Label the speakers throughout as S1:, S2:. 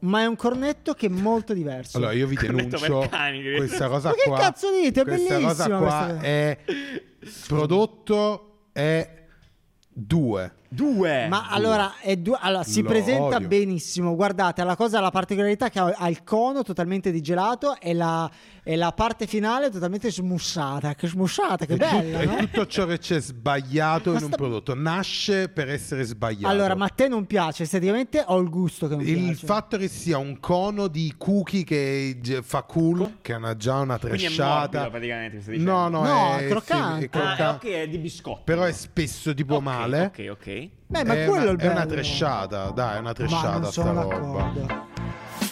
S1: Ma è un cornetto che è molto diverso.
S2: Allora io vi
S3: Cornetto
S2: denuncio
S3: Balcani.
S2: questa cosa
S1: Ma che
S2: qua.
S1: cazzo dite? È
S2: questa cosa
S1: bellissima
S2: qua
S1: questa-
S2: è prodotto è 2.
S3: Due.
S1: Ma allora, è du- allora, si
S2: Lo
S1: presenta
S2: odio.
S1: benissimo. Guardate, la cosa, la particolarità che ha, ha il cono totalmente di gelato e la, e la parte finale totalmente smussata. Che smussata, che
S2: è, tut-
S1: bella!
S2: è
S1: no?
S2: tutto ciò che c'è sbagliato
S1: eh? Ma
S2: in un
S1: sta-
S2: prodotto. Nasce per essere sbagliato.
S1: Allora, ma a te non piace, esteticamente ho il gusto che non
S2: il
S1: piace.
S2: fatto che sia un cono di cookie che ge- fa cool, che è una- già una
S3: Quindi è
S2: tresciata.
S3: morbido, praticamente, mi stai
S2: No,
S3: dicendo.
S2: no,
S1: No,
S2: è,
S1: è croccante.
S2: sì, è
S3: Ah,
S2: croccante.
S3: ok, è di biscotto.
S2: Però è spesso tipo
S3: Ok,
S2: male.
S3: Ok, ok.
S1: Beh, ma
S2: è
S1: quello è
S2: una,
S1: il bello.
S2: È una tresciata, dai, è una tresciata
S1: Ma non
S2: sta
S1: sono
S2: roba.
S1: d'accordo.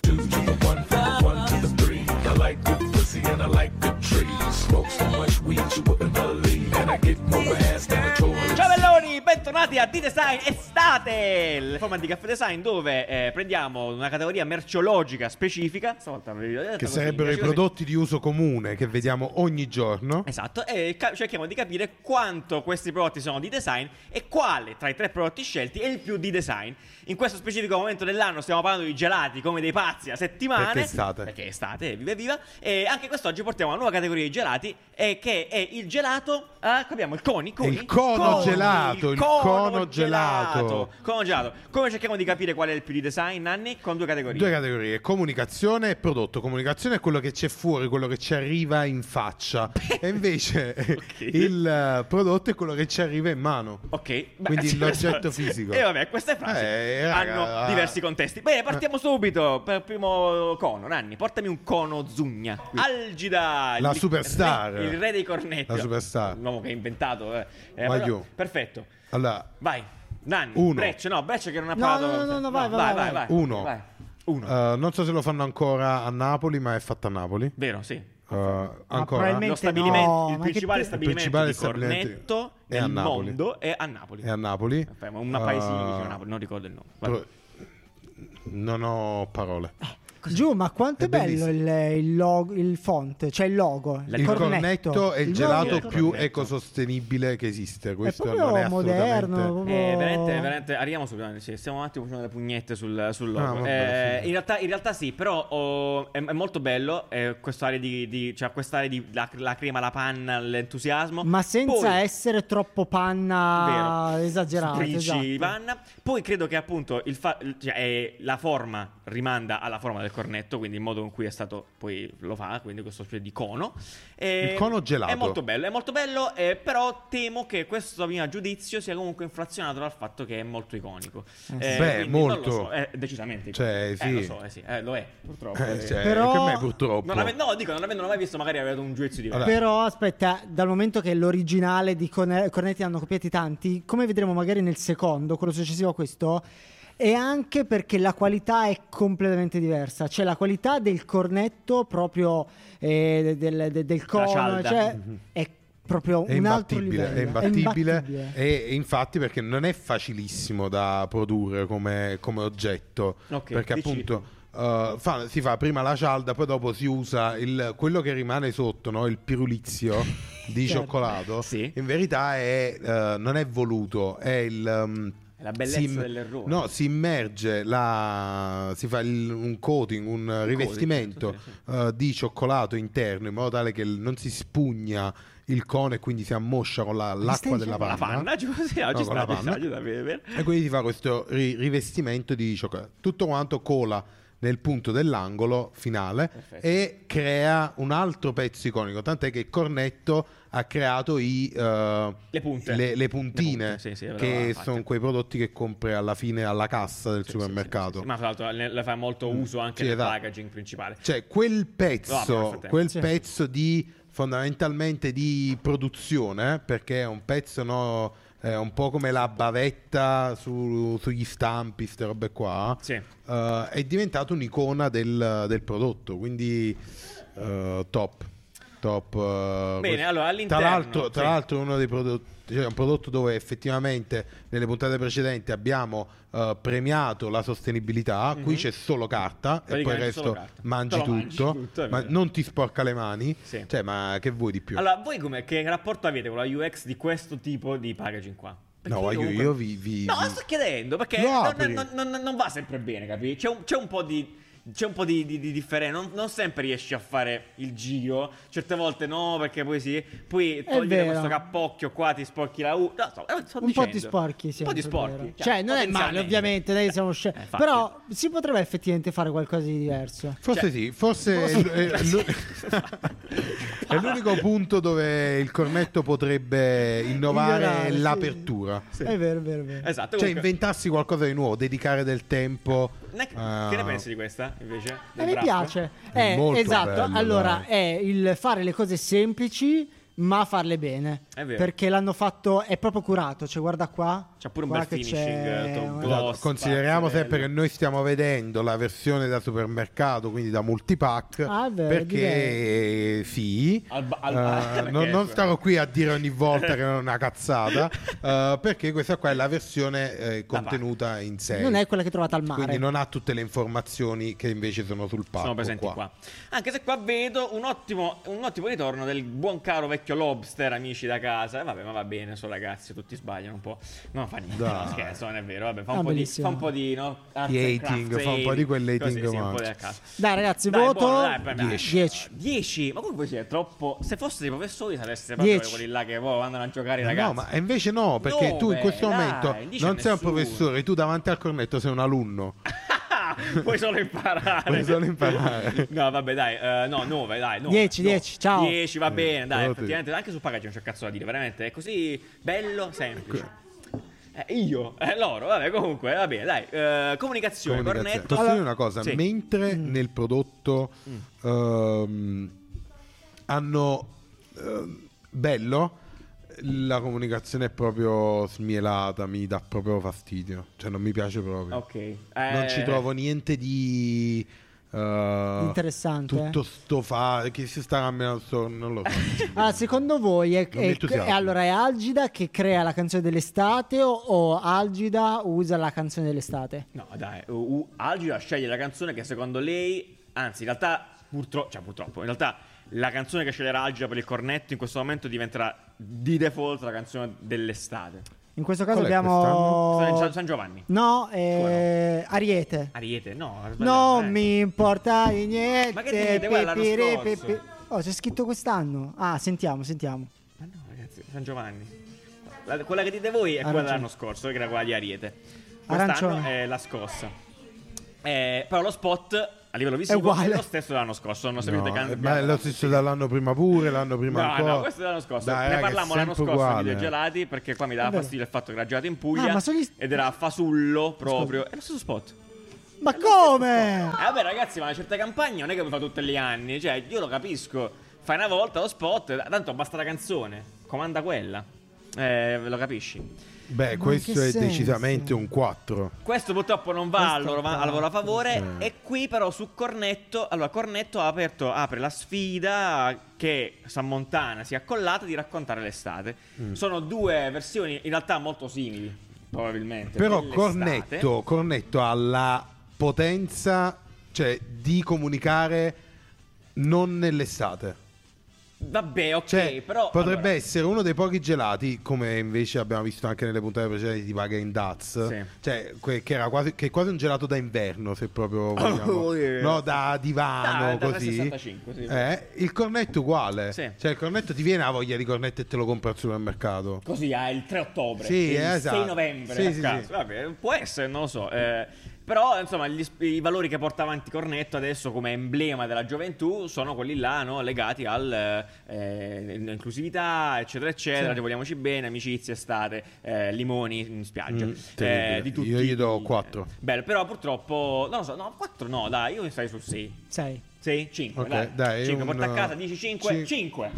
S4: Two to the one, from the one to the three. I like good pussy and I like good trees. Smoke so much weed you wouldn't believe. And I get more ass than a toilet.
S3: Ciao belloni, bentornati a D-Design Estate, la forma di Caffè Design dove eh, prendiamo una categoria merceologica specifica, stavolta ve l'ho detto
S2: Che
S3: Certo, così, eh,
S2: sarebbero i
S3: così.
S2: prodotti di uso comune che vediamo ogni giorno.
S3: Esatto, e ca- cerchiamo di capire quanto questi prodotti sono di design e quale tra i tre prodotti scelti è il più di design. In questo specifico momento dell'anno stiamo parlando di gelati come dei pazzi a settimane.
S2: Perché è estate.
S3: Perché è estate, viva viva. E anche quest'oggi portiamo una nuova categoria di gelati eh, che è il gelato, ah, qui abbiamo il coni, coni.
S2: Il cono gelato, il cono gelato.
S3: Cono gelato. Come cerchiamo di capire qual è il più di design, Nanni? Con due categorie.
S2: Due categorie, comunicazione e prodotto. Comunicazione è quello che c'è fuori, quello che ci arriva in faccia. e invece
S3: Ok.
S2: il eh, prodotto è quello che ci arriva in mano.
S3: Ok, beh,
S2: Quindi
S3: sì,
S2: l'oggetto
S3: sì.
S2: fisico.
S3: E vabbè, queste frasi
S2: Eh, raga,
S3: hanno
S2: ah. Eh.
S3: diversi contesti. Bene, partiamo subito per il primo cono. Nanni, portami un cono Zugna. Algida.
S2: La
S3: il
S2: superstar.
S3: re- il re dei cornetti.
S2: La superstar.
S3: L'uomo che ha inventato. Eh. Eh,
S2: Maglio.
S3: però- perfetto.
S2: Allora,
S3: Vai. Nanni.
S2: Uno.
S3: Breccia, no, Breccia che non ha
S1: No,
S3: parlato.
S1: no, no, no, no, vai, vai, vai.
S2: Uno.
S3: Vai. Uno.
S2: eh, non so se lo fanno ancora a Napoli, ma è fatto a Napoli.
S3: Vero, sì.
S2: Eh, ancora
S1: probabilmente-
S3: Lo
S1: no,
S3: stabilimento,
S1: ma
S3: il
S1: che
S3: principale
S1: te-
S3: stabilimento
S2: principale
S3: di
S2: stabilimento
S3: cornetto
S2: è
S3: nel
S2: a Napoli.
S3: mondo è a Napoli.
S2: è a Napoli.
S3: Aspetta, ma Una
S2: Eh,
S3: paesina che si chiama Napoli, non ricordo il nome. Vai.
S2: pro- non ho parole.
S1: Giù, ma quanto è,
S2: È
S1: bello il, il logo, il font, cioè il logo.
S3: Il
S2: Il cornetto, è il gelato
S3: cornetto.
S2: più ecosostenibile che esiste.
S1: È
S2: Questo
S1: proprio
S2: non è
S1: moderno.
S2: assolutamente-
S1: proprio-
S3: Eh, veramente, veramente, arriviamo subito. Nanni, sì, stiamo un attimo facendo le pugnette sul, sul logo.
S2: Ah, vabbè,
S3: Eh,
S2: sì.
S3: in, realtà, in realtà sì, però oh, è, è molto bello. eh, quest'area di, di, cioè, quest'area di la, la crema, la panna, l'entusiasmo.
S1: Ma senza
S3: Poi-
S1: essere troppo panna
S3: Vero.
S1: esagerata.
S3: Sbrici
S1: Ah, esatto.
S3: di panna. Poi credo che appunto il fa- il- cioè, eh, la forma rimanda alla forma del cornetto, quindi il modo in cui è stato poi lo fa, quindi questo specie di cono. Eh,
S2: Il cono gelato.
S3: È molto bello, è molto bello, eh, però temo che questo mio giudizio sia comunque inflazionato dal fatto che è molto iconico. Eh,
S2: Beh,
S3: quindi non lo
S2: molto.
S3: so, eh, decisamente.
S2: Cioè,
S3: iconico.
S2: sì.
S3: Eh, lo so, eh, sì, eh, lo è, purtroppo.
S2: Eh,
S3: eh.
S2: cioè,
S1: Però-
S2: che a me purtroppo.
S3: Non ave- no, dico, non avendolo mai visto, magari avete un giudizio diverso.
S2: Allora,
S1: Però aspetta, dal momento che l'originale di Corne- Cornetti ne hanno copiati tanti, come vedremo magari nel secondo, quello successivo a questo, è anche perché la qualità è completamente diversa. Cioè la qualità del cornetto proprio eh, del, del, del cono,
S3: cialda.
S1: cioè, è proprio
S2: È
S1: un altro
S2: imbattibile,
S1: livello.
S2: è imbattibile,
S1: imbattibile.
S2: e infatti perché non è facilissimo da produrre come, come oggetto
S3: Ok,
S2: perché
S3: dici.
S2: appunto eh, fa- si fa prima la cialda poi dopo si usa il- quello che rimane sotto no? il pirulizio di
S1: Certo.
S2: cioccolato
S3: Sì.
S2: in verità è, eh, non è voluto è il ehm,
S3: È la bellezza
S2: si im-
S3: dell'errore.
S2: no si immerge la, si fa il- un coating un, rivestimento
S3: certo, sì, sì.
S2: eh, di cioccolato interno in modo tale che il- non si spugna il cono e quindi si ammoscia con la- l'acqua
S1: stai
S2: della
S1: dicendo
S2: panna.
S3: La panna, giusto? Sì,
S2: No,
S3: oggi
S2: con la
S3: sta, ci sta,
S2: panna.
S3: ci sta, vero.
S2: E quindi si fa questo ri- rivestimento di cioccolato. Tutto quanto cola nel punto dell'angolo finale
S3: Perfetto.
S2: e crea un altro pezzo iconico. Tant'è che Cornetto ha creato i, eh,
S3: Le punte.
S2: le, le
S3: Le
S2: puntine,
S3: punte, sì, sì, aveva
S2: che
S3: fatte.
S2: sono quei prodotti che compri alla fine alla cassa del
S3: Sì, sì,
S2: supermercato.
S3: sì, sì. Ma tra l'altro ne- la fa molto uso anche
S2: Sì,
S3: nel
S2: esatto.
S3: packaging principale.
S2: Cioè, quel
S3: No, vabbè, nel
S2: pezzo,
S3: frattempo.
S2: quel
S1: Sì.
S2: pezzo di fondamentalmente di produzione, eh, perché è un pezzo no, è un po' come la bavetta su- sugli stampi, queste robe qua,
S3: Sì.
S2: eh, è diventato un'icona del, del prodotto, quindi eh, top. Top, eh, questo.
S3: allora, all'interno,
S2: Tra l'altro, tra
S3: sì.
S2: l'altro è uno dei prodotti, cioè un prodotto dove effettivamente nelle puntate precedenti abbiamo eh, premiato la sostenibilità, qui c'è solo carta e poi il
S3: Mhm. Praticamente solo
S2: resto
S3: carta.
S2: mangi
S3: Te lo mangi
S2: tutto,
S3: tutto, è
S2: ma
S3: vero.
S2: non ti sporca le mani,
S3: Sì.
S2: cioè ma che vuoi di più?
S3: Allora, voi come, che rapporto avete con la UX di questo tipo di packaging qua? Perché
S2: No, io-
S3: comunque-
S2: io vi- vi-
S3: No,
S2: vi-
S3: sto chiedendo perché
S2: Lo
S3: non,
S2: apri.
S3: non- non- non- non va sempre bene, capi? C'è un, c'è un po' di. C'è un po' di, di- di differenza, non, non sempre riesci a fare il giro, certe volte no, perché poi sì, poi togliere
S1: vero.
S3: questo cappocchio qua ti sporchi la U. No, sto- eh, sto
S1: un po'
S3: dicendo.
S1: di sporchi, sì,
S3: Un po' di
S1: è vero.
S3: sporchi.
S1: Cioè, non è male,
S3: potenzialmente.
S1: ovviamente, noi siamo sce-
S3: Eh, infatti.
S1: però si potrebbe effettivamente fare qualcosa di diverso.
S2: Forse
S3: Cioè-
S2: sì, forse è l- è, l'u- è l'unico punto dove il cornetto potrebbe
S1: Migliorare,
S2: innovare
S1: sì.
S2: l'apertura.
S1: È vero, è vero, è vero.
S3: Esatto,
S2: Cioè
S3: comunque-
S2: inventarsi qualcosa di nuovo, dedicare del tempo. eh,
S3: Ne-
S2: a-
S3: Che ne pensi di questa invece?
S1: Eh,
S3: Del
S1: mi
S3: rap?
S1: piace.
S2: È
S1: Eh,
S2: molto
S1: esatto,
S2: bello,
S1: allora
S2: dai.
S1: è il fare le cose semplici ma farle bene.
S3: È vero.
S1: Perché l'hanno fatto, è proprio curato, cioè guarda qua.
S3: C'ha pure un
S1: guarda
S3: bel
S1: che
S3: finishing,
S1: c'è
S3: Tom
S1: una-
S3: Glover.
S2: Esatto,
S3: Gloss,
S2: Consideriamo
S3: pazzerello.
S2: sempre che noi stiamo vedendo la versione da supermercato, quindi da multipack,
S1: Ah, è vero,
S2: perché sì,
S3: Al ba- al
S2: eh,
S3: ba-
S2: non,
S3: perché- ecco.
S2: non starò qui a dire ogni volta che è una cazzata, eh, perché questa qua è la versione eh, contenuta in sé.
S1: Non è quella che trovate al mare.
S2: Quindi non ha tutte le informazioni che invece sono sul palco.
S3: Sono presenti qua. Anche se qua vedo un ottimo, un ottimo ritorno del buon caro vecchio lobster, amici da casa. Eh, vabbè, ma va bene, so ragazzi, tutti sbagliano un po'. Non fa niente,
S2: Dai.
S3: no, scherzo, non è vero. Vabbè, fa
S1: Ah,
S3: un, po, di,
S1: bellissimo.
S3: fa un po' di no, arts
S2: Di
S3: and
S2: hating,
S3: crafts,
S2: fa un po' di quel
S3: così,
S2: hating
S3: sì, un po'
S2: match.
S3: di a caso.
S1: Dai ragazzi,
S3: Dai,
S1: voto
S3: buono, dai, dai, dai.
S1: 10.
S3: 10, ma comunque siete troppo. Se fossero i professori sareste proprio
S1: 10.
S3: quelli là che poi andano a giocare i ragazzi.
S2: Eh, No, ma invece no, perché tu in
S3: Dove?
S2: questo
S3: Dai,
S2: momento
S3: non
S2: non
S3: dice
S2: sei un
S3: nessuno. Ah,
S2: professore, tu davanti al cornetto sei un alunno.
S3: Puoi solo imparare.
S2: Puoi solo imparare.
S3: No, vabbè, dai, eh, no, 9, dai. 9,
S1: 10, 10, ciao.
S3: 10,
S2: Eh,
S3: va bene, dai,
S2: però te-
S3: effettivamente. Anche su Pagaggi non c'è cazzo da dire, veramente. È così bello, semplice.
S2: Ecco.
S3: Eh, io, eh, loro, vabbè, comunque, va bene, dai. eh, comunicazione,
S2: Comunicazione.
S3: cornetto.
S2: Posso dire una cosa?
S3: Sì. Mm.
S2: Mentre nel prodotto ehm, hanno ehm, bello, la comunicazione è proprio smielata, mi dà proprio fastidio. Cioè, non mi piace proprio.
S3: Ok. eh,
S2: Non ci trovo niente di. eh,
S1: Interessante,
S2: Tutto sto fa che si sta cambiando sto- non lo so.
S1: Allora, Ah, secondo voi è,
S2: Non
S1: è-
S2: mi entusiasmo.
S1: è- allora, è Algida che crea la canzone dell'estate o, o Algida usa la canzone dell'estate?
S3: No, dai, uh, uh, Algida sceglie la canzone che secondo lei, anzi, in realtà, purtroppo, cioè purtroppo, in realtà la canzone che sceglierà Algida per il cornetto in questo momento diventerà di default la canzone dell'estate.
S1: In questo caso
S2: Qual è
S3: Sono
S1: abbiamo...
S3: in San- San Giovanni.
S1: No, eh, Ariete.
S3: Ariete, no. ho Ah, sbagliato,
S1: Non
S3: eh.
S1: mi importa di niente.
S3: Ma che dite? Guarda, l'anno
S1: pipiri,
S3: scorso.
S1: pipi- Oh, c'è scritto quest'anno. Ah, sentiamo, sentiamo.
S3: Ma no, ragazzi, San Giovanni. La- quella che dite voi è quella
S1: Arancione.
S3: dell'anno scorso, che era quella di Ariete. Quest'anno
S1: Arancione.
S3: è la scossa. Eh, però lo spot a livello visivo è,
S1: uguale.
S3: lo stesso dell'anno scorso. Non sapete
S2: No,
S3: cambiare.
S2: ma è lo stesso dall'anno prima pure, l'anno prima
S3: No,
S2: ancora.
S3: no, questo è l'anno scorso.
S2: Dai,
S3: ne
S2: raga, è
S3: parlammo l'anno
S2: sempre
S3: scorso
S2: uguale.
S3: di due gelati perché qua mi
S1: È
S3: dava
S1: vero.
S3: fastidio il fatto che era gelato in Puglia
S1: Ah, ma sono gli-
S3: ed era fasullo proprio. È lo stesso spot.
S1: Ma come?
S3: Eh, vabbè, ragazzi, ma certe campagne non è che mi fa tutti gli anni. Cioè, io lo capisco. Fai una volta lo spot, tanto basta la canzone. Comanda quella. Eh, lo capisci.
S2: Beh,
S1: in
S2: questo
S1: che
S2: è
S1: senso?
S2: decisamente un 4.
S3: Questo purtroppo non va al
S1: Questo
S3: loro,
S1: va-
S3: al loro favore.
S2: sì.
S3: E qui però su Cornetto. Allora, Cornetto ha aperto, apre la sfida che San Montana si è accollata di raccontare l'estate.
S2: Mm.
S3: Sono due versioni in realtà molto simili, probabilmente.
S2: Però
S3: dell'estate.
S2: Cornetto, Cornetto ha la potenza cioè, di comunicare non nell'estate.
S3: Vabbè, ok,
S2: Cioè,
S3: però.
S2: potrebbe
S3: allora,
S2: essere uno dei pochi gelati, come invece abbiamo visto anche nelle puntate precedenti di Vaga in Daz,
S3: Sì.
S2: cioè, que- che, era quasi, che è quasi un gelato da inverno, se proprio vogliamo,
S3: yeah.
S2: no, da divano,
S3: Ah, Da- da
S2: così.
S3: 65, sì.
S2: Eh, il cornetto uguale,
S3: Sì.
S2: cioè il cornetto ti viene la voglia di cornetto e te lo compri al supermercato.
S3: Così ah, il 3 ottobre,
S2: Sì,
S3: il
S2: eh, esatto.
S3: 6 novembre,
S2: Sì,
S3: a
S2: sì,
S3: caso.
S2: sì.
S3: Vabbè, può essere, non lo so. eh, però, insomma, gli sp- i valori che porta avanti Cornetto adesso come emblema della gioventù sono quelli là, no, legati all'inclusività, eccetera, eccetera. Sì. Vogliamoci bene, amicizia, estate, eh, limoni in spiaggia.
S2: Mm,
S3: eh,
S2: terribile.
S3: di tutti.
S2: Io gli do
S3: i-
S2: quattro.
S3: Bello, però purtroppo, non lo so, no, 4 no, dai, io mi stai sul 6.
S1: Sei.
S3: 6, 5,
S2: Ok,
S3: dai.
S2: dai,
S3: 5,
S2: un-
S3: porta a casa, 10, 5, 5.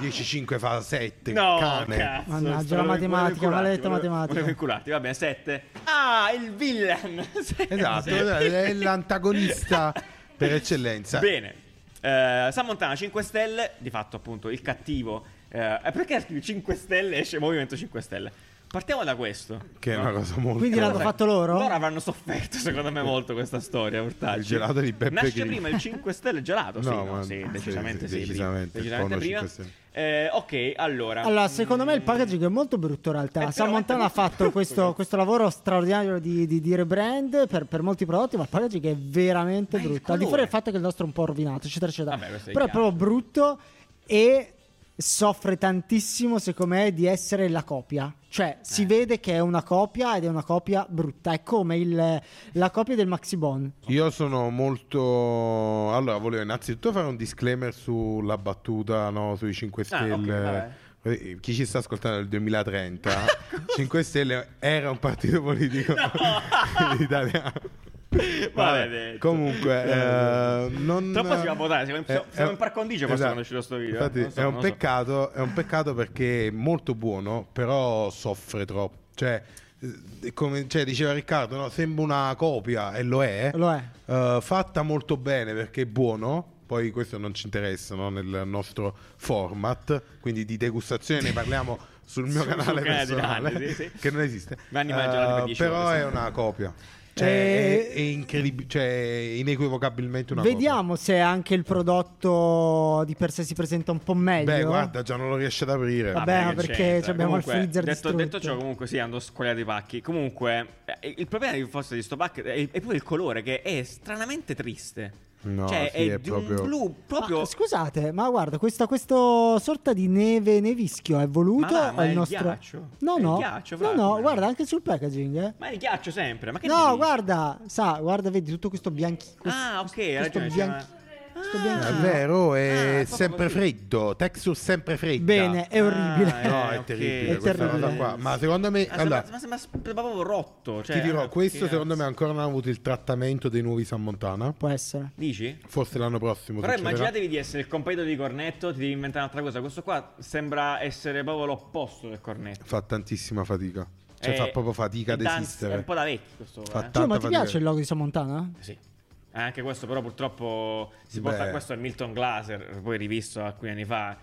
S2: No, 10-5 fa 7.
S3: No,
S2: cane.
S3: cazzo,
S1: Mannaggia,
S3: stavo-
S1: la matematica,
S3: volevo
S1: maledetta
S3: incularti, volevo-
S1: matematica.
S3: Volevo incularti, va bene, 7. Ah, il villain.
S2: Esatto,
S3: Sì.
S2: è l'antagonista per eccellenza.
S3: Bene. Eh, San Montana 5 stelle, di fatto appunto il cattivo. eh, perché scrivi 5 stelle e esce Movimento 5 stelle? Partiamo da questo.
S2: Che è una cosa molto.
S1: Quindi l'hanno
S3: Sai,
S1: fatto loro?
S3: Loro avranno sofferto, secondo me, molto questa storia. Urtacci.
S2: Il gelato di Beppe
S3: Nasce
S2: Grillo.
S3: prima il 5 Stelle gelato. sì,
S2: No,
S3: no,
S2: ma-
S3: sì,
S2: sì,
S3: decisamente
S2: sì,
S3: sì. prima.
S2: decisamente, il
S3: Decisamente
S2: porno
S3: prima.
S2: 5 Stelle.
S3: Eh, ok, allora.
S1: Allora, secondo me il
S3: Mm,
S1: packaging è molto brutto in
S3: Eh,
S1: realtà.
S3: però
S1: Sam Montana ha
S3: guarda-
S1: fatto questo, questo lavoro straordinario di, di, di rebrand per, per molti prodotti, ma il packaging è veramente
S3: Ma il
S1: brutto. Al di fuori
S3: colore.
S1: del fatto che il nostro è un po' rovinato, eccetera, eccetera.
S3: Vabbè, questo è
S1: Però è
S3: chiaro.
S1: proprio brutto e soffre tantissimo, secondo me, di essere la copia. Cioè, si
S3: Eh.
S1: vede che è una copia ed è una copia brutta. È come il- la copia del Maxi Bon.
S2: Io sono molto. Allora, volevo innanzitutto fare un disclaimer sulla battuta no, sui 5
S3: Ah, ok,
S2: Stelle.
S3: vabbè.
S2: Eh, Chi ci sta ascoltando nel 2030, 5 Stelle era un partito politico italiano.
S3: Maledetto.
S2: comunque, eh, non-
S3: Troppo si va a votare, siamo in-
S2: Eh,
S3: siamo in
S2: eh,
S3: par condicio forse quando uscirà sto video, eh.
S2: infatti
S3: Non so,
S2: è, un
S3: non lo so.
S2: peccato, è un peccato perché è molto buono, però soffre troppo. Cioè, eh, come cioè, diceva Riccardo, no, sembra una copia e lo è,
S1: Lo è.
S2: eh, fatta molto bene perché è buono. Poi questo non ci interessa no, nel nostro format, quindi di degustazione ne parliamo sul mio
S3: Sul- sul
S2: canale
S3: canale di
S2: personale,
S3: Nanni, sì, sì.
S2: che non esiste.
S3: Nanni Maggiorana per
S2: Eh,
S3: dieci
S2: però
S3: ore,
S2: è
S3: sì.
S2: una copia. Cioè,
S1: Eh,
S2: è, è incredib- cioè, è inequivocabilmente una copia.
S1: Vediamo se anche il prodotto di per sé si presenta un po' meglio.
S2: Beh, guarda, già non lo riesce ad aprire.
S1: Vabbè,
S3: Ah,
S1: ma perché
S3: c'entra.
S1: ci abbiamo il
S3: Comunque,
S1: freezer
S3: detto,
S1: distrutto.
S3: detto ciò, comunque sì, andò squagliato i pacchi. Comunque, eh, il problema di forse di sto pack è, è pure il colore che è stranamente triste.
S2: No,
S3: cioè,
S2: sì,
S3: è,
S2: è
S3: di
S2: proprio-
S3: un blu proprio.
S1: Ma scusate, ma guarda, questa, questo sorta di neve nevischio è
S3: Ma
S1: voluto o
S3: va,
S1: è
S3: ma è
S1: il
S3: il
S1: nostro?
S3: ghiaccio?
S1: No,
S3: È il
S1: no.
S3: ghiaccio,
S1: no,
S3: Vladimir.
S1: no, guarda, anche sul packaging, eh.
S3: Ma è il ghiaccio sempre. Ma che ne
S1: No,
S3: dici?
S1: guarda, sa, guarda, vedi tutto questo bianchino.
S3: Ah, ok, hai ragione. c'è una-
S1: questo
S3: Ah,
S2: È
S1: bianchino.
S2: vero,
S3: Ah,
S2: è
S3: proprio
S2: sempre
S3: così.
S2: freddo. Texture sempre fredda.
S1: Bene, è
S3: Ah,
S1: orribile.
S3: eh.
S2: No, è
S3: ok.
S2: terribile
S1: È
S2: questa
S1: terribile.
S2: cosa qua. Ma secondo me,
S3: Ah,
S2: allora,
S3: sembra, ma sembra sp- proprio rotto. Cioè,
S2: ti dirò,
S3: eh,
S2: questo
S3: che-
S2: secondo me ancora non ha avuto il trattamento dei nuovi San Montana.
S1: Può essere.
S3: Dici?
S2: Forse l'anno prossimo.
S3: Però
S2: succederà.
S3: immaginatevi di essere il compagno di Cornetto, ti devi inventare un'altra cosa. Questo qua sembra essere proprio l'opposto del Cornetto.
S2: Fa tantissima fatica. Cioè,
S3: È-
S2: fa proprio fatica
S3: è
S2: ad
S3: danz- Eh, È
S2: esistere.
S3: un po' da vecchio questo
S2: Fa
S3: qua. eh.
S2: Tanta
S1: Gio, ma ti
S2: fatica.
S1: piace il logo di Samontana?
S3: Sì. Eh, Anche questo però purtroppo si porta
S2: Beh.
S3: questo è Milton Glaser, poi rivisto alcuni anni fa.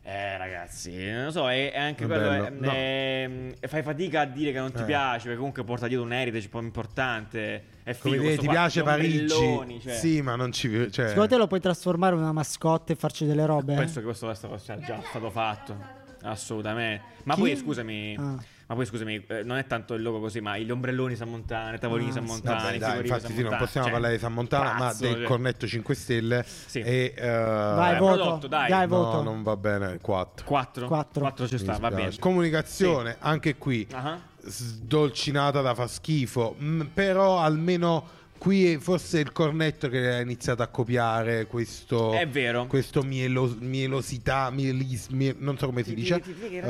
S3: Eh ragazzi, non lo so, è, è anche
S2: È
S3: quello è-
S2: bello, no.
S3: è- è- fai fatica a dire che non ti
S2: Eh.
S3: piace, perché comunque porta dietro un heritage un po' importante. È figo
S2: Come dire,
S3: questo
S2: ti
S3: qua,
S2: piace
S3: gli
S2: Parigi?
S3: ombrelloni, cioè.
S2: Sì, ma non ci. Cioè...
S1: Secondo te lo puoi trasformare in una mascotte e farci delle robe?
S3: Eh. Penso che questo sia sia già stato fatto. Assolutamente. Ma
S1: Chi?
S3: poi scusami,
S1: Ah.
S3: ma poi scusami, eh, non è tanto il logo così, ma gli ombrelloni San Montana, i tavolini
S1: Ah,
S3: San
S1: sì.
S3: Montana,
S2: Vabbè,
S3: i
S2: dai,
S3: figurini
S2: infatti
S3: San
S2: sì, non
S3: Montana,
S2: possiamo
S3: cioè,
S2: parlare di San Montana,
S3: pazzo,
S2: ma del
S3: cioè.
S2: cornetto 5 Stelle.
S3: Sì.
S2: E, eh,
S1: Vai,
S3: Eh,
S1: voto.
S3: prodotto, dai.
S1: Dai,
S2: no,
S1: voto.
S2: non va bene. 4.
S3: 4?
S1: Quattro.
S3: 4 ci sta, va bene.
S2: Comunicazione, anche qui
S3: Ah.
S2: sdolcinata da fa schifo, mm, però almeno qui è forse il cornetto che ha iniziato a copiare questo
S3: È vero.
S2: questo mielo- mielosità, mielis- mie- non so come si
S3: Ti-
S2: dice.
S3: ti- ti- ti- ti- Mm.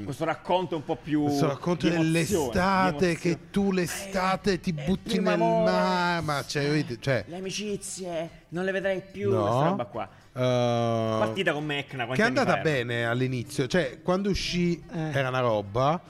S2: Ehm,
S3: questo racconto un po' più
S2: questo racconto
S3: di emozione, di
S2: dell'estate
S3: emozione.
S2: che tu l'estate ti butti
S3: primo
S2: nel
S3: Eh, amore.
S2: mare, ma cioè, vedi, cioè
S3: le amicizie non le vedrai più
S2: No.
S3: questa roba qua
S2: Ehm,
S3: partita con Mecna
S2: che
S3: quanti
S2: è
S3: anni
S2: andata
S3: fa era?
S2: bene all'inizio, cioè quando uscì
S1: Eh.
S2: era una roba,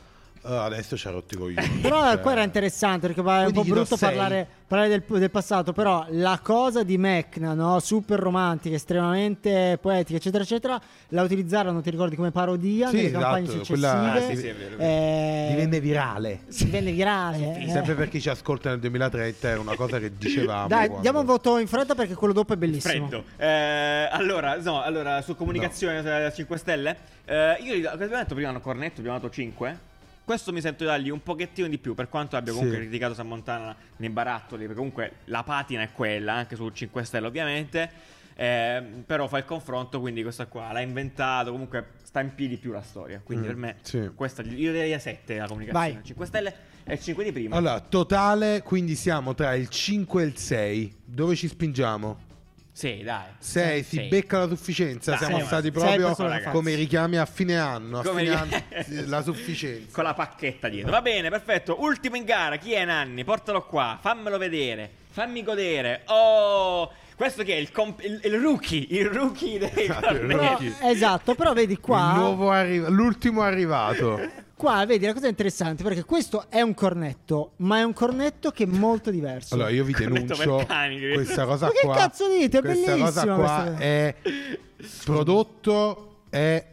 S2: eh, adesso ci ha rotto i coglioni.
S1: Però
S2: Cioè,
S1: qua era interessante perché è un
S2: Quindi
S1: po'
S2: gli do
S1: brutto
S2: sei.
S1: parlare, parlare del, del passato, però la cosa di Mecna, no? super romantica, estremamente poetica, eccetera, eccetera, la utilizzarono, ti ricordi, come parodia
S2: Sì,
S1: nelle campagne
S2: esatto,
S1: successive.
S2: quella-
S3: Ah, sì, sì, è vero.
S1: Eh,
S2: divenne virale.
S1: divenne virale. eh.
S2: Sempre per chi ci ascolta nel 2030 era una cosa che dicevamo.
S1: Dai,
S2: quando-
S1: diamo un voto in fretta perché quello dopo è bellissimo.
S3: Freddo. Eh, allora, no, allora, su comunicazione eh, 5 Stelle, eh, io gli do- abbiamo detto prima hanno Cornetto, abbiamo dato 5. Questo mi sento di dargli un pochettino di più, per quanto abbia comunque
S2: Sì.
S3: criticato San Montana nei barattoli, perché comunque la patina è quella, anche sul 5 Stelle ovviamente. Eh, però fa il confronto, quindi questa qua l'ha inventato, comunque sta in piedi più la storia. Quindi
S2: Mm,
S3: per me,
S2: sì.
S3: questa gli- io direi a 7 la comunicazione
S1: Vai.
S3: 5 Stelle e 5 di prima.
S2: Allora, totale, quindi siamo tra il 5 e il 6. Dove ci spingiamo?
S3: Sì, dai.
S2: 6, si
S3: Sei.
S2: becca la sufficienza.
S3: Dai,
S2: siamo
S3: sei,
S2: stati
S1: sei
S2: proprio
S1: persone, ragazzi.
S2: come i richiami a fine anno. A
S3: Come
S2: fine
S3: richiami-
S2: anno, la sufficienza.
S3: Con la pacchetta dietro. Va bene, perfetto. Ultimo in gara. Chi è Nanni? Portalo qua. Fammelo vedere. Fammi godere. Oh, questo che è il, comp- il, il rookie. Il rookie dei
S2: Esatto, il
S3: tornei.
S1: Però,
S2: Rookie.
S1: esatto, però vedi qua...
S2: Il nuovo arri- l'ultimo arrivato.
S1: Qua vedi la cosa interessante perché questo è un cornetto, ma è un cornetto che è molto diverso.
S2: Allora, io vi
S3: Ho detto
S2: denuncio
S3: Meccaniche.
S2: questa cosa
S1: Ma che
S2: qua.
S1: cazzo dite? È
S2: Questa cosa
S1: bellissima
S2: qua
S1: questa-
S2: è prodotto è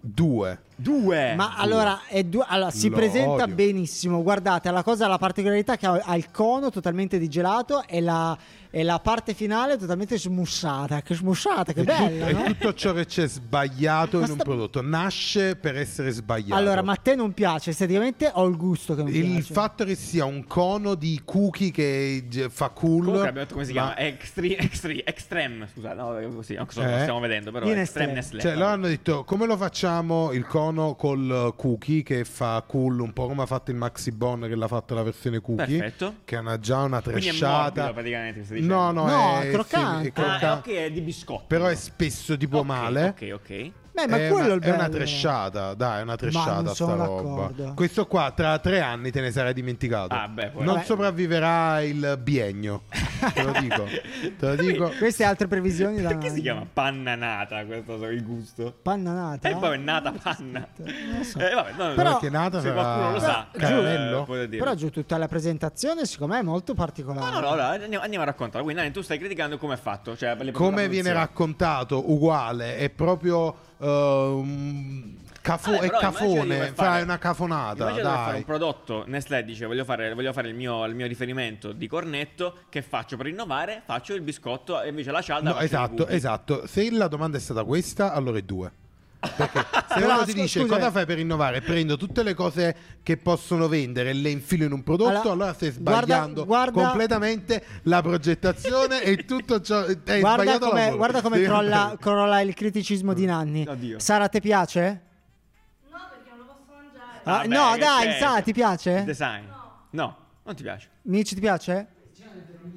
S2: 2.
S3: Due.
S1: Ma allora, è du- allora, si
S2: Lo
S1: presenta
S2: odio.
S1: benissimo. Guardate, la cosa, la particolarità è che ha, ha il cono totalmente di gelato e la, e la parte finale totalmente smussata. Che smussata, che
S2: è, tut-
S1: bella,
S2: è
S1: no?
S2: tutto ciò che c'è sbagliato
S1: Ma
S2: in un
S1: sta-
S2: prodotto. Nasce per essere sbagliato.
S1: Allora, ma a te non piace, esteticamente ho il gusto che non
S2: il
S1: piace.
S2: fatto che sia un cono di cookie che ge- fa cool.
S3: Comunque abbiamo detto come si
S2: ma-
S3: chiama? Extreme, extreme, extreme scusa, no, così, non so,
S2: Eh?
S3: lo stiamo vedendo, però
S1: In
S3: Extreme
S1: Nestlé.
S3: Nestlé.
S2: Cioè, loro hanno detto come lo facciamo il cono col eh, cookie che fa cool, un po' come ha fatto il Maxi Bon che l'ha fatto la versione cookie,
S3: Perfetto.
S2: che hanno già una
S3: Quindi è
S2: tresciata.
S3: morbido, praticamente, stai
S2: no,
S3: dicendo.
S2: no,
S1: No,
S2: è,
S1: è croccante.
S2: sì, è
S3: Ah,
S2: croccante.
S3: eh, ok, è di biscotto.
S2: Però è spesso tipo
S3: Ok,
S2: male.
S3: Ok, ok.
S1: Beh, ma
S2: è,
S1: quello
S2: una,
S1: è il bello.
S2: è una
S1: tresciata
S2: tresciata, dai, è una tresciata
S1: non sono
S2: sta
S1: d'accordo.
S2: roba. Questo qua tra tre anni te ne sarai dimenticato.
S3: Ah, beh, poi-
S2: non
S1: Vabbè.
S2: sopravviverà il biennio. Te lo dico. Te lo dico.
S1: Queste altre previsioni da
S3: Perché si chiama pannanata questo so, il gusto?
S1: Pannanata.
S3: E poi è nata panna.
S1: Non eh? lo so.
S3: Eh, vabbè, no,
S1: Però-
S3: no,
S2: Perché è nata
S3: se
S2: fra-
S3: qualcuno lo sa,
S2: Giù. Caramello?
S3: eh, potete dirlo.
S1: Però giù tutta la presentazione, secondo me, è molto
S3: No,
S1: particolare.
S3: no, no, allora, andiamo, andiamo a raccontarlo. Quindi, Nani, tu stai criticando come è fatto. Cioè, per le- per la
S2: come
S3: produzione.
S2: viene raccontato uguale è proprio ehm, cafo-
S3: Vabbè,
S2: è
S3: però immagina di
S2: cafone
S3: dover
S2: fai
S3: fare-
S2: una cafonata
S3: Immagina di dover fare
S2: dai
S3: un prodotto, Nestlé dice voglio fare, voglio fare il, mio, il mio riferimento di cornetto, che faccio per innovare? Faccio il biscotto e invece la cialda
S2: No,
S3: faccio i
S2: esatto
S3: cookie.
S2: esatto se la domanda è stata questa allora è due perché se
S1: Però,
S2: uno ti
S1: scu-
S2: dice
S1: scusa.
S2: cosa fai per innovare prendo tutte le cose che possono vendere e le infilo in un prodotto allora,
S1: Allora,
S2: stai
S1: guarda-
S2: sbagliando
S1: guarda-
S2: completamente la progettazione e tutto ciò eh, hai
S1: Guarda
S2: sbagliato
S1: come,
S2: lavoro.
S1: guarda come
S2: Devi
S1: crolla,
S2: andare.
S1: crolla il criticismo di Nanni.
S3: Oddio.
S1: Sara, ti piace?
S5: No, perché non lo posso mangiare.
S1: Ah,
S3: Vabbè,
S1: no,
S3: che
S1: dai,
S3: c'è?
S1: Sara, ti piace?
S3: Il design. No, non ti piace.
S1: Mici, ti piace?
S5: Cioè, me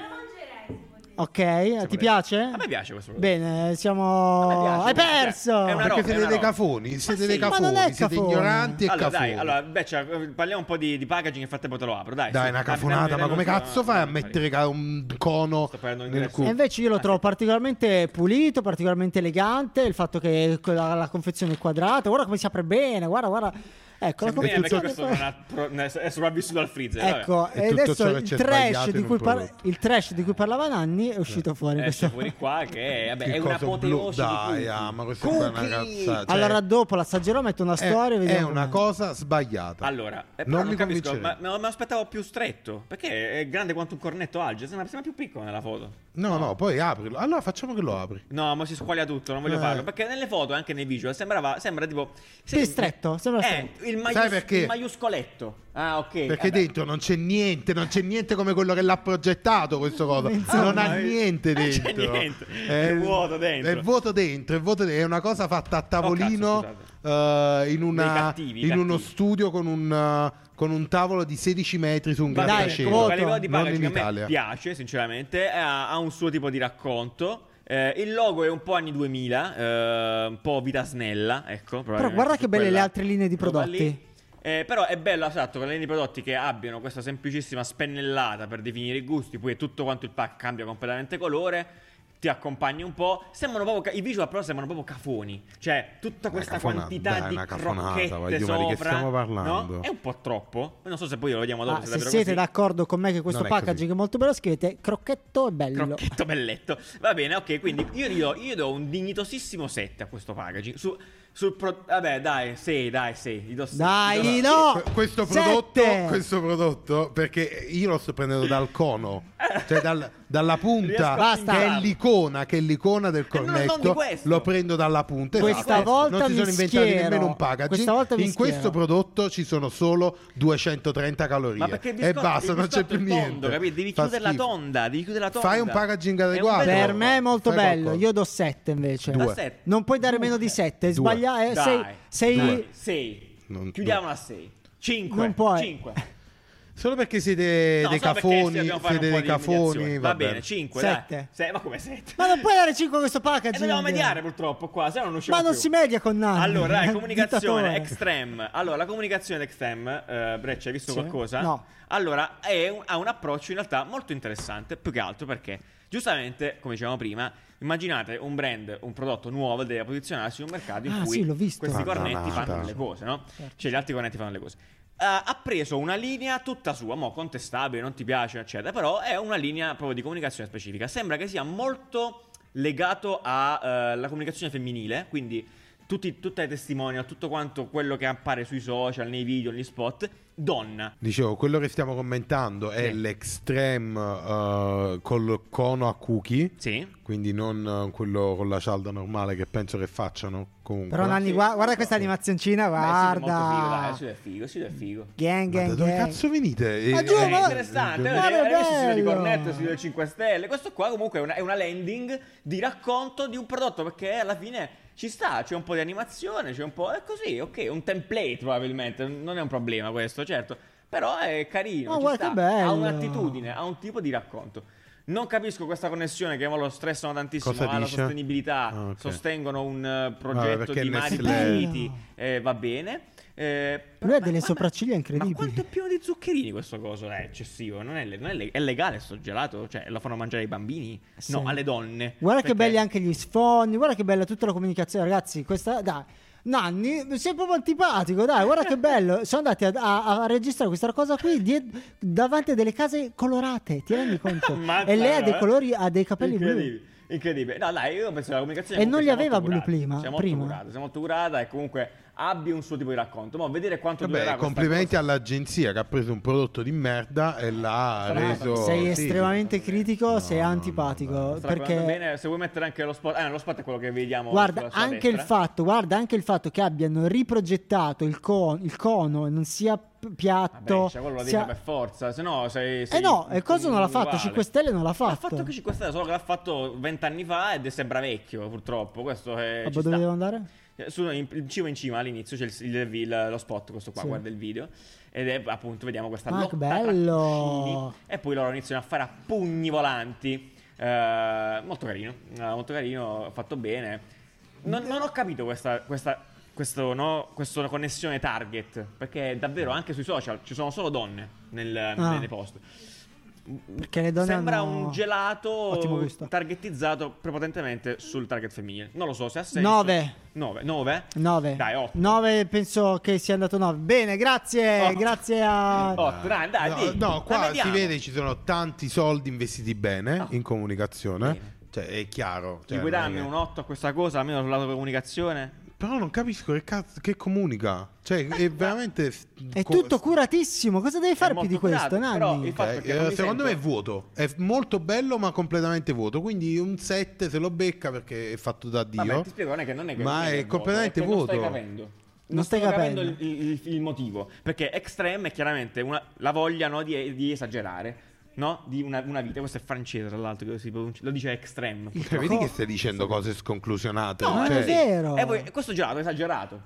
S5: lo mangerei se potessi.
S1: Ok, eh, ti piace?
S3: A me piace questo prodotto.
S1: Bene,
S3: A me
S1: siamo.
S3: piace,
S1: Hai perso!
S3: cioè, è una roba-
S2: perché siete
S3: no.
S2: dei cafoni siete
S3: sì,
S2: dei
S3: ma
S1: non è
S2: cafoni siete
S1: cafone.
S2: ignoranti e
S3: Allora,
S2: cafoni
S3: dai, allora, beh, cioè, parliamo un po' di, di packaging e frattempo te lo apro. Dai,
S2: Dai,
S3: sì,
S2: una
S3: dammi-
S2: cafonata,
S3: dammi-
S2: ma
S3: dammi
S2: come
S3: una-
S2: cazzo fai a mettere ca- un cono
S3: Sto prendendo
S2: nel
S3: ingresso.
S2: culo?
S1: E invece io lo trovo particolarmente pulito, particolarmente elegante. Il fatto che con la, la confezione è quadrata, guarda come si apre bene, guarda, guarda. Ecco, la
S3: Beh, perché
S1: confezione
S3: questo
S1: è
S3: non ha eh. pro- ne- è sopravvissuto al freezer. vabbè.
S1: Ecco,
S2: È
S1: e
S2: tutto
S1: adesso
S2: ciò che
S1: il
S2: c'è
S1: trash,
S2: sbagliato in
S1: di
S2: un
S1: cui par-
S2: prodotto.
S1: il trash di cui parlava Nanni è uscito fuori.
S3: Esce
S1: questo-
S3: fuori qua che vabbè,
S2: Che
S3: è una
S2: cosa blu-
S3: apoteosi di
S2: Dai,
S3: cookie.
S2: ah, ma questa qua è una
S3: Cookie!
S2: cazzata. cioè,
S1: allora, dopo l'assaggerò, metto una
S2: è-
S1: storia e
S2: è,
S1: vediamo.
S2: una
S1: com'è.
S2: cosa sbagliata.
S3: Allora, eh, però
S2: non
S3: non,
S2: mi
S3: capisco, ma
S2: convincerei.
S3: me lo aspettavo più stretto. Perché è grande quanto un cornetto alge, sembra, sembra più piccolo nella foto.
S2: No, no, poi aprilo. Allora facciamo che lo apri.
S3: No, ma si squaglia tutto, non voglio
S2: Eh.
S3: farlo. Perché nelle foto, anche nei visual, sembrava, sembra tipo...
S1: Sì, stretto, sembra
S3: eh,
S1: stretto.
S3: il, maius-
S2: Sai perché?
S3: il maiuscoletto. Ah, ok.
S2: Perché
S3: vabbè.
S2: dentro non c'è niente, non c'è niente come quello che l'ha progettato questo coso. non ha
S3: ma-
S2: niente
S3: non c'è
S2: dentro.
S3: niente. È vuoto dentro.
S2: È vuoto dentro, è vuoto dentro. È una cosa fatta a
S3: Oh,
S2: tavolino
S3: cazzo,
S2: eh, in, una-
S3: Dei cattivi,
S2: in uno
S3: cattivi.
S2: studio con un, eh, con un tavolo di 16 metri su un
S1: Ma dai,
S2: grattacielo.
S1: voto.
S3: Quella livello di
S2: Non
S3: packaging
S2: in
S3: a me
S2: Italia.
S3: piace, sinceramente, Eh, ha, ha un suo tipo di racconto. Eh, il logo è un po' anni 2000, eh, un po' vita snella, ecco.
S1: Però guarda che belle le altre linee di prodotti.
S3: però è bello, esatto, con le linee di prodotti che abbiano questa semplicissima spennellata per definire i gusti, poi tutto quanto il pack cambia completamente colore. Ti accompagni un po'. Sembrano proprio. ca- I visual però sembrano proprio cafoni. Cioè, tutta
S2: Una
S3: questa
S2: cafonata,
S3: quantità
S2: dai,
S3: di
S2: una cafonata,
S3: crocchette
S2: voglio, ma di
S3: sopra.
S2: che stiamo parlando?
S3: No? È un po' troppo. Non so se poi lo vediamo dopo.
S1: Ah, se
S3: davvero
S1: siete
S3: così.
S1: d'accordo con me che questo
S2: Non è così.
S1: packaging è molto bello, scrivete crocchetto e bello.
S3: Crocchetto belletto. Va bene, ok, quindi io gli do, io do un dignitosissimo 7 a questo packaging. Su, sul pro- vabbè, dai, 6, dai, 6. Gli do sei.
S1: Dai,
S3: Gli do-
S1: no!
S2: Que- questo
S1: Sette!
S2: prodotto, questo prodotto, perché io lo sto prendendo dal cono, cioè dal- dalla punta,
S3: Riesco Eh,
S1: a
S2: che è
S1: pintarlo.
S2: l'icona, che è l'icona del
S3: non- non di
S2: cornetto.
S3: questo.
S2: Lo prendo dalla punta. esatto.
S1: Questa volta
S2: non si sono
S1: mi
S2: inventati
S1: schiero.
S2: nemmeno un packaging.
S1: Questa volta mi
S2: In questo
S1: schiero.
S2: prodotto ci sono solo 230 calorie
S3: Ma perché il
S2: e
S3: biscotto,
S2: basta,
S3: il
S2: non c'è più
S3: biscotto è
S2: niente.
S3: tondo, capito? Devi
S2: Fa
S3: chiuderla
S2: schifo.
S3: tonda, devi chiudere la tonda.
S2: Fai un packaging
S3: È un
S2: adeguato.
S3: bel-
S1: Per me è molto
S2: Fai
S1: bello,
S2: qualcosa.
S1: io do 7 invece.
S2: Due.
S3: Da sette.
S1: Non puoi dare meno di 7,
S2: Due.
S1: sbagliare
S3: Dai,
S1: eh, sei, sei-
S3: dai, sei.
S2: Non-
S3: Chiudiamola a 6. 5.
S1: Non puoi. Eh,
S3: 5.
S2: Solo perché siete dei cafoni, siete dei cafoni.
S3: Va bene, 5.
S1: Sette.
S3: ma come 7?
S1: Ma non puoi dare 5 a questo
S3: E
S1: packaging.
S3: Eh, dobbiamo mediare purtroppo qua, se no non usciamo
S1: Ma non
S3: più.
S1: si media con Nanni.
S3: Allora, dai, comunicazione
S1: Eh, Dittatore.
S3: extreme. Allora, la comunicazione extreme, eh, Breccia, hai visto
S1: Sì.
S3: qualcosa?
S1: No.
S3: Allora, è un- ha un approccio in realtà molto interessante, più che altro perché, giustamente, come dicevamo prima, immaginate un brand, un prodotto nuovo deve posizionarsi in un mercato in
S1: Ah,
S3: cui
S1: sì, l'ho visto. Certo.
S3: questi
S2: Pannanata.
S3: cornetti fanno le cose, no? Cioè, gli altri cornetti fanno le cose. Eh, ha preso una linea tutta sua, mo contestabile, non ti piace, eccetera, però è una linea proprio di comunicazione specifica. Sembra che sia molto legato alla comunicazione eh, femminile, quindi tutti, tutte le testimonial, tutto quanto quello che appare sui social, nei video, negli spot, donna.
S2: Dicevo, quello che stiamo commentando è
S3: Sì.
S2: l'extreme eh, col cono a cookie,
S3: Sì.
S2: quindi non eh, quello con la cialda normale che penso che facciano comunque.
S1: Però Nanni,
S3: sì.
S1: gua- guarda questa animazioncina, guarda.
S3: Beh, sì, è Eh, molto figo, dai, sì, è figo, sì, è figo.
S1: Gang,
S2: Ma
S1: gang,
S2: da dove
S1: gang.
S2: cazzo venite? Eh,
S1: Ah, giù,
S2: eh,
S1: ma-
S3: È interessante,
S1: Ma
S3: eh,
S1: che
S3: adesso si vede di
S1: bello!
S3: Cornetto, si vede 5 Stelle. Questo qua comunque è una, è una landing di racconto di un prodotto perché alla fine ci sta, c'è un po' di animazione, c'è un po'... È così, ok, un template probabilmente, non è un problema questo, certo, però è carino,
S1: Ma
S3: ci
S1: guarda
S3: sta.
S1: che bello!
S3: ha un'attitudine, ha un tipo di racconto. Non capisco questa connessione che mo lo stressano tantissimo
S2: Cosa
S3: alla
S2: dice?
S3: sostenibilità,
S2: Ah, ok.
S3: sostengono un eh, progetto
S2: perché
S3: di mari
S2: Nestlé-
S3: puliti, eh, va bene. eh,
S1: Lui ha
S3: ma-
S1: delle
S3: ma-
S1: sopracciglia incredibili.
S3: Ma quanto è pieno di zuccherini questo coso? È eccessivo, non è, non è le- è legale sto gelato, cioè lo fanno mangiare ai bambini?
S1: Sì.
S3: No, alle donne.
S1: Guarda che
S3: Perché-
S1: belli anche gli sfondi, guarda che bella tutta la comunicazione, ragazzi. Questa, dai, Nanni, sei proprio antipatico, dai, guarda che bello. Sono andati a, a- a registrare questa cosa qui die- davanti a delle case colorate, ti rendi conto?
S3: Ammazza,
S1: e lei ha dei
S3: eh.
S1: colori, ha dei capelli blu.
S3: incredibile, Incredibile. No, dai, io penso che la comunicazione
S1: E
S3: comunque
S1: non li
S3: sia molto
S1: aveva blu
S3: curata,
S1: prima-
S3: sia molto
S1: prima?
S3: curata, sia molto curata e comunque abbia un suo tipo di racconto. Ma vedere quanto durerà
S2: Vabbè,
S3: questa
S2: complimenti
S3: cosa.
S2: all'agenzia che ha preso un prodotto di merda e l'ha
S3: Sarà
S2: reso...
S3: stato-
S1: Sei
S2: sì.
S1: estremamente critico,
S2: No,
S1: sei
S2: no, no,
S1: antipatico.
S2: no, no.
S3: Sta
S1: perché
S3: raccontando bene, se vuoi mettere anche lo spot, eh, lo spot è quello che vediamo.
S1: Guarda
S3: sulla sua
S1: anche, il
S3: destra.
S1: fatto, guarda anche il fatto che abbiano riprogettato il, con- il cono e non sia p- piatto.
S3: Vabbè, cioè, quello lo
S1: sia-
S3: dica per forza, se no sei...
S1: Eh
S3: sei
S1: no,
S3: un-
S1: e cosa non l'ha fatto?
S3: uguale.
S1: 5 Stelle non l'ha
S3: L'ha
S1: fatto.
S3: fatto che 5 Stelle, solo che l'ha fatto vent'anni fa ed è sembra vecchio, purtroppo. Questo è...
S1: Ah,
S3: ci
S1: boh, dove
S3: sta.
S1: devo andare?
S3: Eh, su- in, in cima in cima all'inizio c'è il, il- il- lo spot, questo qua,
S1: Sì.
S3: guarda il video. Ed è appunto, vediamo questa
S1: Ma
S3: lotta
S1: che
S3: tra
S1: bello!
S3: cuscini, E poi loro iniziano a fare a pugni volanti. Eh, molto carino, eh, molto carino, fatto bene. Non, non ho capito questa, questa, questo, no, questa connessione target, perché davvero anche sui social ci sono solo donne nel,
S1: Ah.
S3: nei post.
S1: Perché le donne
S3: Sembra
S1: hanno
S3: un
S1: ottimo
S3: gelato
S1: gusto.
S3: targetizzato prepotentemente sul target femminile. Non lo so se ha senso.
S1: Nove.
S3: 9. 9?
S1: 9.
S3: Dai, 8.
S1: 9 penso che sia andato 9. Bene, grazie,
S3: Otto.
S1: grazie a...
S3: Oh, dai, dai, dì.
S2: no,
S3: La
S2: no, qua si
S3: vediamo.
S2: vede ci sono tanti soldi investiti bene
S3: Ah.
S2: in comunicazione.
S3: Bene.
S2: Cioè, è chiaro.
S3: Gli
S2: Cioè,
S3: puoi
S2: non è
S3: darmi
S2: che-
S3: un 8 a questa cosa, almeno sul lato comunicazione?
S2: Però non capisco che cazzo che comunica. Cioè, è veramente.
S1: Eh, È tutto curatissimo, cosa devi fare più
S3: molto
S1: di questo,
S3: curato,
S1: Nanni?
S3: però il fatto
S2: Ok,
S3: è che
S2: eh,
S3: non mi
S2: secondo
S3: sento-
S2: me è vuoto. È molto bello, ma completamente vuoto. Quindi un 7 se lo becca perché è fatto da Dio.
S3: Vabbè, ti spiego, non è che non è che
S2: ma
S3: non
S2: è,
S3: che vuoto,
S2: completamente
S3: che
S2: vuoto.
S3: Non stai capendo. Non,
S1: Non stai
S3: stai capendo,
S1: capendo.
S3: il, il- il motivo. Perché Extreme è chiaramente una- la voglia no, di, di esagerare. No? Di una, una vita. Questo è francese, tra l'altro, che si pronuncia- lo dice Extreme.
S2: Cioè, vedi che stai dicendo cose sconclusionate.
S1: No, ma
S2: cioè,
S1: è vero.
S3: E voi, Eh, questo gelato è esagerato.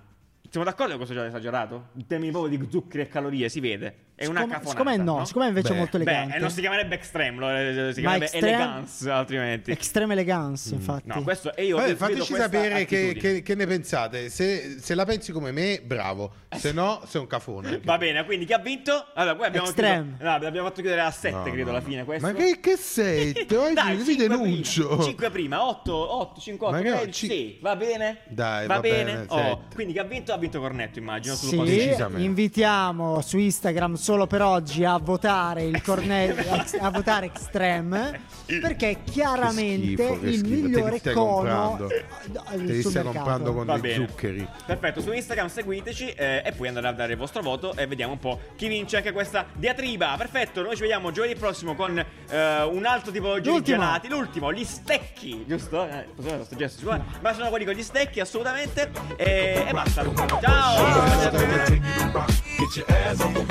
S3: Siamo d'accordo che questo gelato è esagerato? In termini proprio di zuccheri e calorie, si vede. È una
S1: Siccome-
S3: cafonata.
S1: Siccome no, siccome invece è
S2: Beh.
S1: molto
S3: Beh,
S1: elegante.
S3: eh, non si chiamerebbe Extreme, lo- eh, si
S1: Ma
S3: chiamerebbe
S1: Extreme-
S3: Elegance, altrimenti. Mm,
S1: Extreme elegance, infatti.
S3: no, questo e io
S2: Vabbè,
S3: vedo
S2: fateci
S3: questa
S2: sapere che,
S3: attitudine.
S2: che- che ne pensate. Se, se la pensi come me, bravo. Se no, sei un cafone.
S3: Eh. Va bene, quindi chi ha vinto? Allora, poi abbiamo,
S1: Extreme.
S3: chiuso- no, abbiamo fatto chiudere a 7,
S2: No,
S3: credo,
S2: no,
S3: alla
S2: no.
S3: fine questo.
S2: Ma che, che sei? Te- oggi
S3: Dai,
S2: vi denuncio.
S3: 5 prima, 8, 8, 5, 8,
S2: Ma che-
S3: 13,
S2: ci-
S3: Eh, sì, va bene?
S2: Dai, va bene,
S3: Oh,
S2: sette.
S3: quindi chi ha vinto ha vinto Cornetto, immagino, sul
S1: Sì,
S3: palazzo.
S2: Decisamente.
S1: invitiamo su Instagram solo per oggi a votare il cornetto a votare Extreme perché chiaramente
S2: Che schifo, che
S1: il
S2: schifo, te li
S1: migliore
S2: stai
S1: cono
S2: comprando.
S1: eh,
S2: Te li
S1: sul
S2: stai
S1: mercato.
S2: comprando con
S3: Va
S2: dei
S3: bene.
S2: zuccheri.
S3: Perfetto, su Instagram seguiteci eh, e poi andate a dare il vostro voto e vediamo un po' chi vince anche questa diatriba. Perfetto, noi ci vediamo giovedì prossimo con eh, un altro tipo di
S1: L'ultimo.
S3: gelati, l'ultimo, gli stecchi, giusto? Eh, scusate, sto gesto, scusate, ma sono quelli con gli stecchi assolutamente e, e basta. Ciao!
S4: Get your ass on the wall.